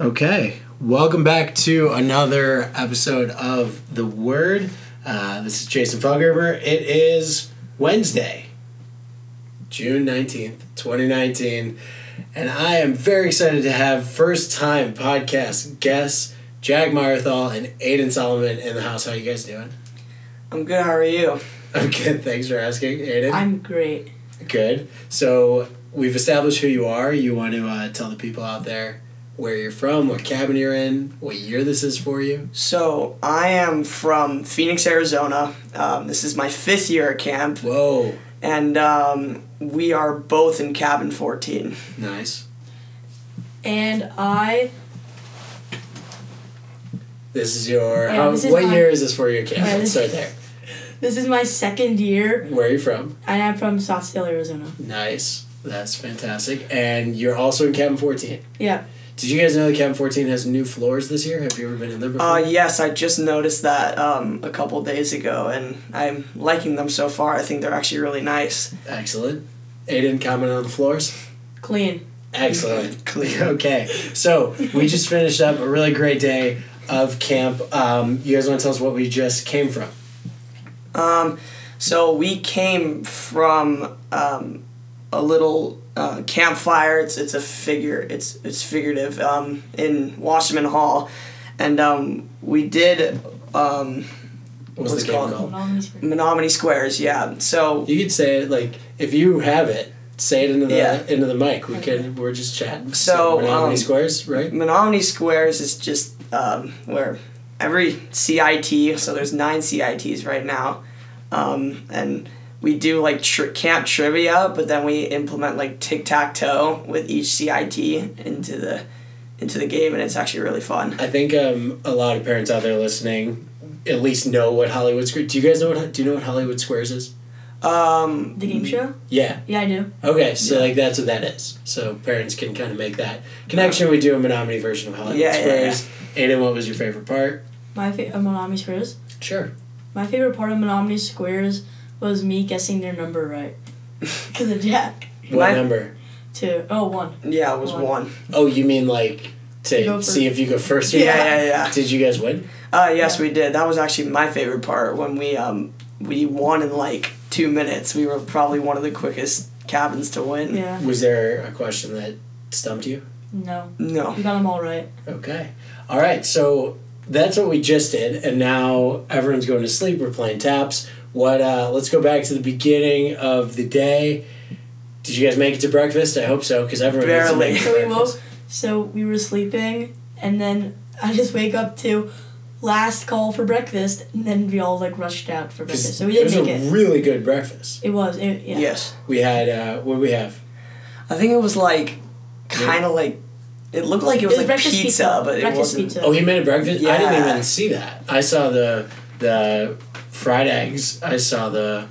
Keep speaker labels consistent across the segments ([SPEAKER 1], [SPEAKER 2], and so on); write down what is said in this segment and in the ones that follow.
[SPEAKER 1] Okay. Welcome back to another episode of The Word. Uh, this is Jason Felgerber. It is Wednesday, June 19th, 2019. And I am very excited to have first time podcast guests Jack Meyerthal and Aiden Solomon in the house. How you guys doing?
[SPEAKER 2] I'm good. How are you?
[SPEAKER 1] I'm good. Thanks for asking, Aiden.
[SPEAKER 2] I'm great.
[SPEAKER 1] Good. So we've established who you are. You want to uh, tell the people out there where you're from, what cabin you're in, what year this is for you.
[SPEAKER 2] So I am from Phoenix, Arizona. Um, this is my fifth year at camp,
[SPEAKER 1] Whoa,
[SPEAKER 2] and um, we are both in cabin 14.
[SPEAKER 1] nice.
[SPEAKER 3] And I
[SPEAKER 1] This is your.
[SPEAKER 3] Yeah,
[SPEAKER 1] how,
[SPEAKER 3] this is
[SPEAKER 1] what
[SPEAKER 3] my-
[SPEAKER 1] year is this for your cabin?
[SPEAKER 3] Yeah, this-
[SPEAKER 1] Start there.
[SPEAKER 3] this is my second year
[SPEAKER 1] Where are you from?
[SPEAKER 3] and I'm from Scottsdale, Arizona.
[SPEAKER 1] Nice. That's fantastic. And you're also in cabin 14.
[SPEAKER 3] Yeah.
[SPEAKER 1] Did you guys know that cabin 14 has new floors this year? Have you ever been in them before?
[SPEAKER 2] Uh, yes, I just noticed that um, a couple days ago, and I'm liking them so far. I think they're actually really nice.
[SPEAKER 1] Excellent. Aiden, comment on the floors.
[SPEAKER 3] Clean.
[SPEAKER 1] Excellent. okay. So we just finished up a really great day of camp. Um, you guys want to tell us what we just came from?
[SPEAKER 2] Um, so we came from um, a little uh, campfire. It's it's a figure. It's it's figurative um, in Wasserman Hall, and um, we did um,
[SPEAKER 1] What was
[SPEAKER 2] What's
[SPEAKER 1] the
[SPEAKER 2] it
[SPEAKER 1] camp
[SPEAKER 2] called?
[SPEAKER 1] called?
[SPEAKER 2] Menominee Squares. Yeah. So
[SPEAKER 1] You could say it like if you have it, say it into the
[SPEAKER 2] Yeah.
[SPEAKER 1] into the mic. We can. We're just chatting.
[SPEAKER 2] So,
[SPEAKER 1] we're not on
[SPEAKER 2] um,
[SPEAKER 1] any squares, right?
[SPEAKER 2] Menominee Squares is just um, where every CIT. So there's nine CITs right now, um, and we do like tr- camp trivia, but then we implement like tic tac toe with each CIT into the into the game, and it's actually really fun.
[SPEAKER 1] I think um, a lot of parents out there listening at least know what Hollywood Square. Do you guys know what? Do you know what Hollywood Squares is?
[SPEAKER 2] Um,
[SPEAKER 3] The game show?
[SPEAKER 1] Yeah.
[SPEAKER 3] Yeah, I do.
[SPEAKER 1] Okay. So
[SPEAKER 2] Yeah. Uh,
[SPEAKER 1] like that's what that is. So parents can kind of make that connection. We do a Menominee version of Hollywood
[SPEAKER 2] Yeah, yeah,
[SPEAKER 1] Squares. Aiden, what was your favorite part?
[SPEAKER 3] My favorite Menominee Squares.
[SPEAKER 1] Sure.
[SPEAKER 3] My favorite part of Menominee Squares was me guessing their number right. Cause of Jack.
[SPEAKER 1] What
[SPEAKER 2] My-
[SPEAKER 1] number?
[SPEAKER 3] Two. Oh, one.
[SPEAKER 2] yeah, it was
[SPEAKER 3] One.
[SPEAKER 2] one.
[SPEAKER 1] Oh, you mean like
[SPEAKER 3] You
[SPEAKER 1] to
[SPEAKER 3] go
[SPEAKER 1] see if you go first or
[SPEAKER 2] Yeah,
[SPEAKER 1] not?
[SPEAKER 2] yeah, yeah.
[SPEAKER 1] Did you guys win?
[SPEAKER 2] Uh, yes, we did. That was actually my favorite part when we um we won in like two minutes. We were probably one of the quickest cabins to win.
[SPEAKER 3] Yeah.
[SPEAKER 1] Was there a question that stumped you?
[SPEAKER 3] No.
[SPEAKER 2] No.
[SPEAKER 3] You got them all right.
[SPEAKER 1] Okay. All right. So that's what we just did, and now everyone's going to sleep. We're playing taps. What? Uh, let's go back to the beginning of the day. Did you guys make it to breakfast? I hope so, because everyone needs to
[SPEAKER 2] Barely.
[SPEAKER 1] make it to
[SPEAKER 3] So we
[SPEAKER 1] breakfast.
[SPEAKER 3] woke. So we were sleeping, and then I just wake up to last call for breakfast, and then we all like rushed out for
[SPEAKER 1] 'Cause
[SPEAKER 3] breakfast. So we
[SPEAKER 1] it was
[SPEAKER 3] didn't
[SPEAKER 1] a
[SPEAKER 3] make it.
[SPEAKER 1] really good breakfast.
[SPEAKER 3] It was. It, yeah.
[SPEAKER 2] Yes.
[SPEAKER 1] We had uh, what did we have?
[SPEAKER 2] I think it was like kind of like it looked like it was,
[SPEAKER 3] It was
[SPEAKER 2] like
[SPEAKER 3] breakfast
[SPEAKER 2] pizza,
[SPEAKER 3] pizza.
[SPEAKER 2] but it
[SPEAKER 3] Breakfast
[SPEAKER 2] wasn't.
[SPEAKER 3] pizza.
[SPEAKER 1] Oh, he made a breakfast. I didn't
[SPEAKER 2] Yeah.
[SPEAKER 1] even see that. I saw the the fried eggs. I saw the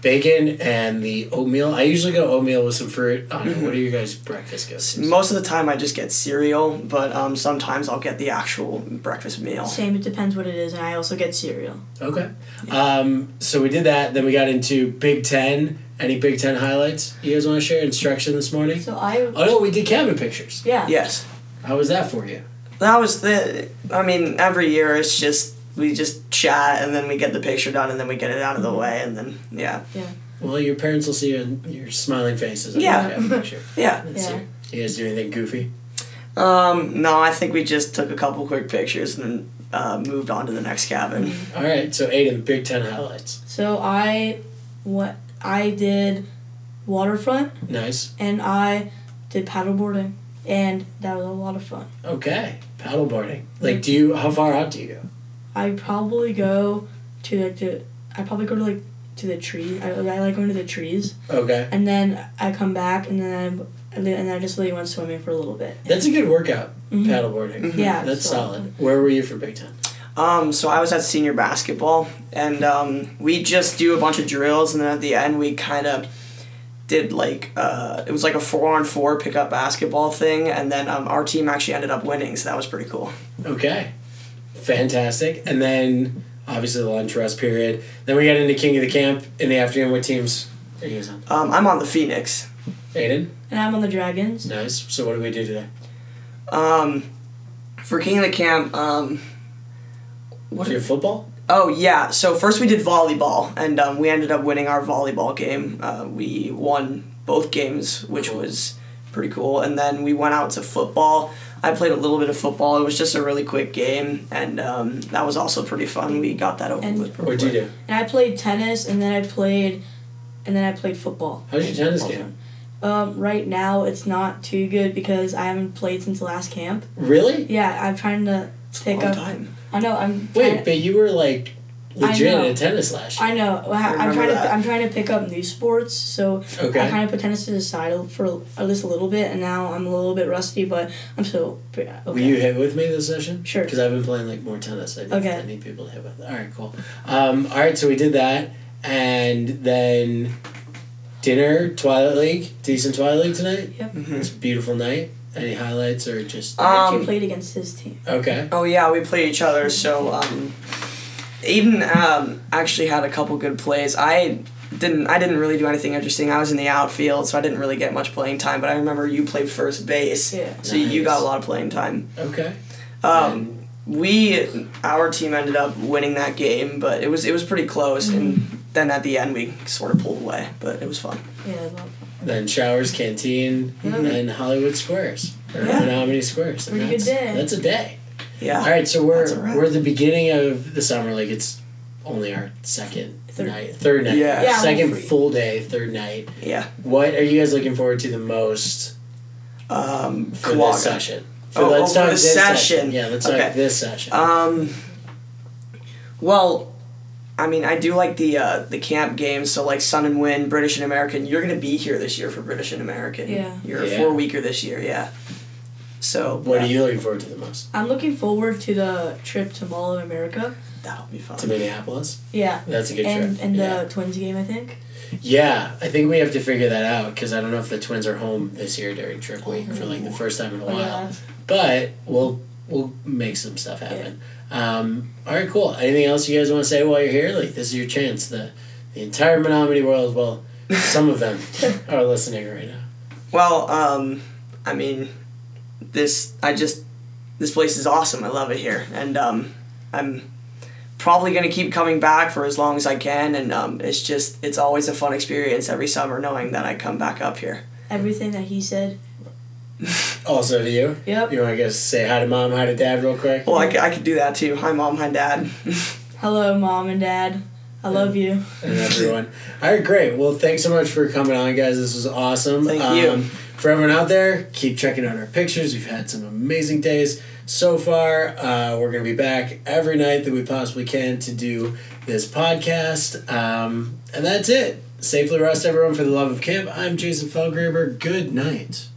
[SPEAKER 1] bacon and the oatmeal. I usually go oatmeal with some fruit on
[SPEAKER 3] Mm-hmm.
[SPEAKER 1] it. What are you guys' breakfast go-tos?
[SPEAKER 2] Most of the time, I just get cereal, but um, sometimes I'll get the actual breakfast meal.
[SPEAKER 3] Same. It depends what it is, and I also get cereal.
[SPEAKER 1] Okay. Um, so we did that. Then we got into Big Ten. Any Big Ten highlights you guys want to share? Instruction this morning?
[SPEAKER 3] So I.
[SPEAKER 1] Oh, no, we did cabin pictures.
[SPEAKER 3] Yeah.
[SPEAKER 2] Yes,
[SPEAKER 1] How was that for you?
[SPEAKER 2] that was the. I mean, every year it's just we just chat and then we get the picture done and then we get it out of the
[SPEAKER 3] Mm-hmm.
[SPEAKER 2] way and then yeah
[SPEAKER 1] Well, your parents will see you and your smiling faces. on the
[SPEAKER 2] Yeah.
[SPEAKER 1] cabin picture.
[SPEAKER 2] yeah.
[SPEAKER 1] This
[SPEAKER 3] Yeah.
[SPEAKER 1] year. You guys do anything goofy?
[SPEAKER 2] Um, no, I think we just took a couple quick pictures and then uh, moved on to the next
[SPEAKER 3] Mm-hmm.
[SPEAKER 2] cabin.
[SPEAKER 1] All right. So, Aiden, Big Ten highlights.
[SPEAKER 3] So I, what I did, waterfront,
[SPEAKER 1] Nice.
[SPEAKER 3] and I did paddleboarding, and that was a lot of fun.
[SPEAKER 1] Okay. Paddleboarding.
[SPEAKER 3] Mm-hmm.
[SPEAKER 1] Like, do you, how far out do you go?
[SPEAKER 3] I probably go to like the. I probably go to like to the tree. I, I like going to the trees,
[SPEAKER 1] Okay.
[SPEAKER 3] and then I come back, and then I and then I just really went swimming for a little bit.
[SPEAKER 1] That's a good workout,
[SPEAKER 3] Mhm.
[SPEAKER 1] paddleboarding.
[SPEAKER 3] Yeah,
[SPEAKER 1] That's
[SPEAKER 3] so-
[SPEAKER 1] solid. Where were you for Big Ten?
[SPEAKER 2] Um, so I was at senior basketball, and um, we just do a bunch of drills, and then at the end we kind of did like uh, it was like a four on four pickup basketball thing, and then um, our team actually ended up winning, so that was pretty cool.
[SPEAKER 1] Okay. Fantastic. And then obviously the lunch rest period. Then we got into King of the Camp in the afternoon. What teams are you guys on?
[SPEAKER 2] Um, I'm on the Phoenix.
[SPEAKER 1] Aiden?
[SPEAKER 3] And I'm on the dragons.
[SPEAKER 1] Nice. So what do we do today?
[SPEAKER 2] Um, for King of the Camp, um,
[SPEAKER 1] What your football?
[SPEAKER 2] Oh yeah. So first we did volleyball, and um, we ended up winning our volleyball game. Uh, we won both games, which was pretty cool. And then we went out to football. I played a little bit of football. It was just a really quick game, and um, that was also pretty fun. We got that over
[SPEAKER 3] And-
[SPEAKER 2] with. pretty
[SPEAKER 1] What'd you
[SPEAKER 2] quick.
[SPEAKER 1] do?
[SPEAKER 3] And I played tennis, and then I played, and then I played football.
[SPEAKER 1] How's your tennis game?
[SPEAKER 3] Um, right now it's not too good because I haven't played since the last camp.
[SPEAKER 1] Really?
[SPEAKER 3] Yeah, I'm trying to pick
[SPEAKER 2] Long
[SPEAKER 3] up.
[SPEAKER 2] time.
[SPEAKER 3] I know. I'm.
[SPEAKER 1] Wait,
[SPEAKER 3] Trying,
[SPEAKER 1] but you were like
[SPEAKER 3] I
[SPEAKER 1] legit
[SPEAKER 3] know.
[SPEAKER 1] in tennis last year.
[SPEAKER 3] I know.
[SPEAKER 2] I
[SPEAKER 3] I- I'm
[SPEAKER 2] remember
[SPEAKER 3] trying
[SPEAKER 2] that.
[SPEAKER 3] to. I'm trying to pick up new sports, so I
[SPEAKER 1] Okay.
[SPEAKER 3] kind of put tennis to the side a- for at least a little bit, and now I'm a little bit rusty, but I'm still. pre- Okay.
[SPEAKER 1] Will you hit with me this session?
[SPEAKER 3] Sure.
[SPEAKER 1] Because I've been playing like more tennis. I need,
[SPEAKER 3] Okay.
[SPEAKER 1] I need people to hit with. All right, cool. Um, all right, so we did that, and then dinner, Twilight League, decent Twilight League tonight.
[SPEAKER 2] Mm-hmm.
[SPEAKER 1] It's a beautiful night. Any highlights or just
[SPEAKER 3] Reggie
[SPEAKER 2] Um,
[SPEAKER 3] played against his team.
[SPEAKER 1] okay?
[SPEAKER 2] Oh yeah, we played each other. So um, Aiden um, actually had a couple good plays. I didn't. I didn't really do anything interesting. I was in the outfield, so I didn't really get much playing time. But I remember you played first base,
[SPEAKER 3] Yeah.
[SPEAKER 2] so you got
[SPEAKER 1] Nice.
[SPEAKER 2] a lot of playing time.
[SPEAKER 1] Okay.
[SPEAKER 2] Um, we our team ended up winning that game, but it was it was pretty close.
[SPEAKER 1] Mm-hmm.
[SPEAKER 2] And then at the end, we sort of pulled away, but it was fun.
[SPEAKER 3] Yeah, it was a lot of fun.
[SPEAKER 1] Then showers, canteen,
[SPEAKER 3] Mhm.
[SPEAKER 1] and Hollywood Squares. Or
[SPEAKER 2] Yeah.
[SPEAKER 1] how many squares?
[SPEAKER 3] Pretty good
[SPEAKER 1] that's,
[SPEAKER 3] day.
[SPEAKER 1] That's a day.
[SPEAKER 2] Yeah.
[SPEAKER 1] All right, so we're
[SPEAKER 2] Ah, That's a wrap.
[SPEAKER 1] we're at the beginning of the summer. Like it's only our second
[SPEAKER 3] Third.
[SPEAKER 1] night, third night,
[SPEAKER 2] Yeah.
[SPEAKER 3] Yeah,
[SPEAKER 1] second
[SPEAKER 3] we're free.
[SPEAKER 1] full day, third night.
[SPEAKER 2] Yeah.
[SPEAKER 1] What are you guys looking forward to the most
[SPEAKER 2] Um,
[SPEAKER 1] for
[SPEAKER 2] Kawaga.
[SPEAKER 1] this session? For,
[SPEAKER 2] Oh,
[SPEAKER 1] let's
[SPEAKER 2] oh, for
[SPEAKER 1] start
[SPEAKER 2] the
[SPEAKER 1] this session.
[SPEAKER 2] session.
[SPEAKER 1] Yeah, let's
[SPEAKER 2] Okay.
[SPEAKER 1] start this session.
[SPEAKER 2] Um, well, I mean, I do like the uh, the camp games. So like Sun and Wind, British and American. You're gonna be here this year for British and American.
[SPEAKER 3] Yeah.
[SPEAKER 2] You're
[SPEAKER 1] Yeah.
[SPEAKER 2] a four weeker this year. Yeah. So
[SPEAKER 1] what
[SPEAKER 2] yeah,
[SPEAKER 1] are you looking forward to the most?
[SPEAKER 3] I'm looking forward to the trip to Mall of America.
[SPEAKER 2] That'll be fun.
[SPEAKER 1] To Minneapolis.
[SPEAKER 3] Yeah.
[SPEAKER 1] That's a good
[SPEAKER 3] And
[SPEAKER 1] trip.
[SPEAKER 3] and
[SPEAKER 1] yeah.
[SPEAKER 3] the Twins game, I think.
[SPEAKER 1] Yeah, I think we have to figure that out because I don't know if the twins are home this year during trip week for like the first time in a
[SPEAKER 3] But,
[SPEAKER 1] while.
[SPEAKER 3] Oh, yeah.
[SPEAKER 1] But we'll we'll make some stuff happen. Um, all right, cool. Anything else you guys want to say while you're here? Like this is your chance. The the entire Menominee world, well, some of them are listening right now.
[SPEAKER 2] Well, um, I mean, this I just this place is awesome. I love it here, and um, I'm probably gonna keep coming back for as long as I can. And um, it's just it's always a fun experience every summer knowing that I come back up here.
[SPEAKER 3] Everything that he said.
[SPEAKER 1] Also to you.
[SPEAKER 3] Yep.
[SPEAKER 1] You want to guys say hi to mom, hi to dad, real quick.
[SPEAKER 2] Well, I could, I could do that too. Hi, mom. Hi, dad.
[SPEAKER 3] Hello, mom and dad. I love you.
[SPEAKER 1] and everyone. All right, great. Well, thanks so much for coming on, guys. This was awesome. Um,
[SPEAKER 2] Thank you.
[SPEAKER 1] For everyone out there, keep checking out our pictures. We've had some amazing days so far. Uh, we're going to be back every night that we possibly can to do this podcast. Um, and that's it. Safely rest, everyone, for the love of camp. I'm Jason Felgraber. Good night.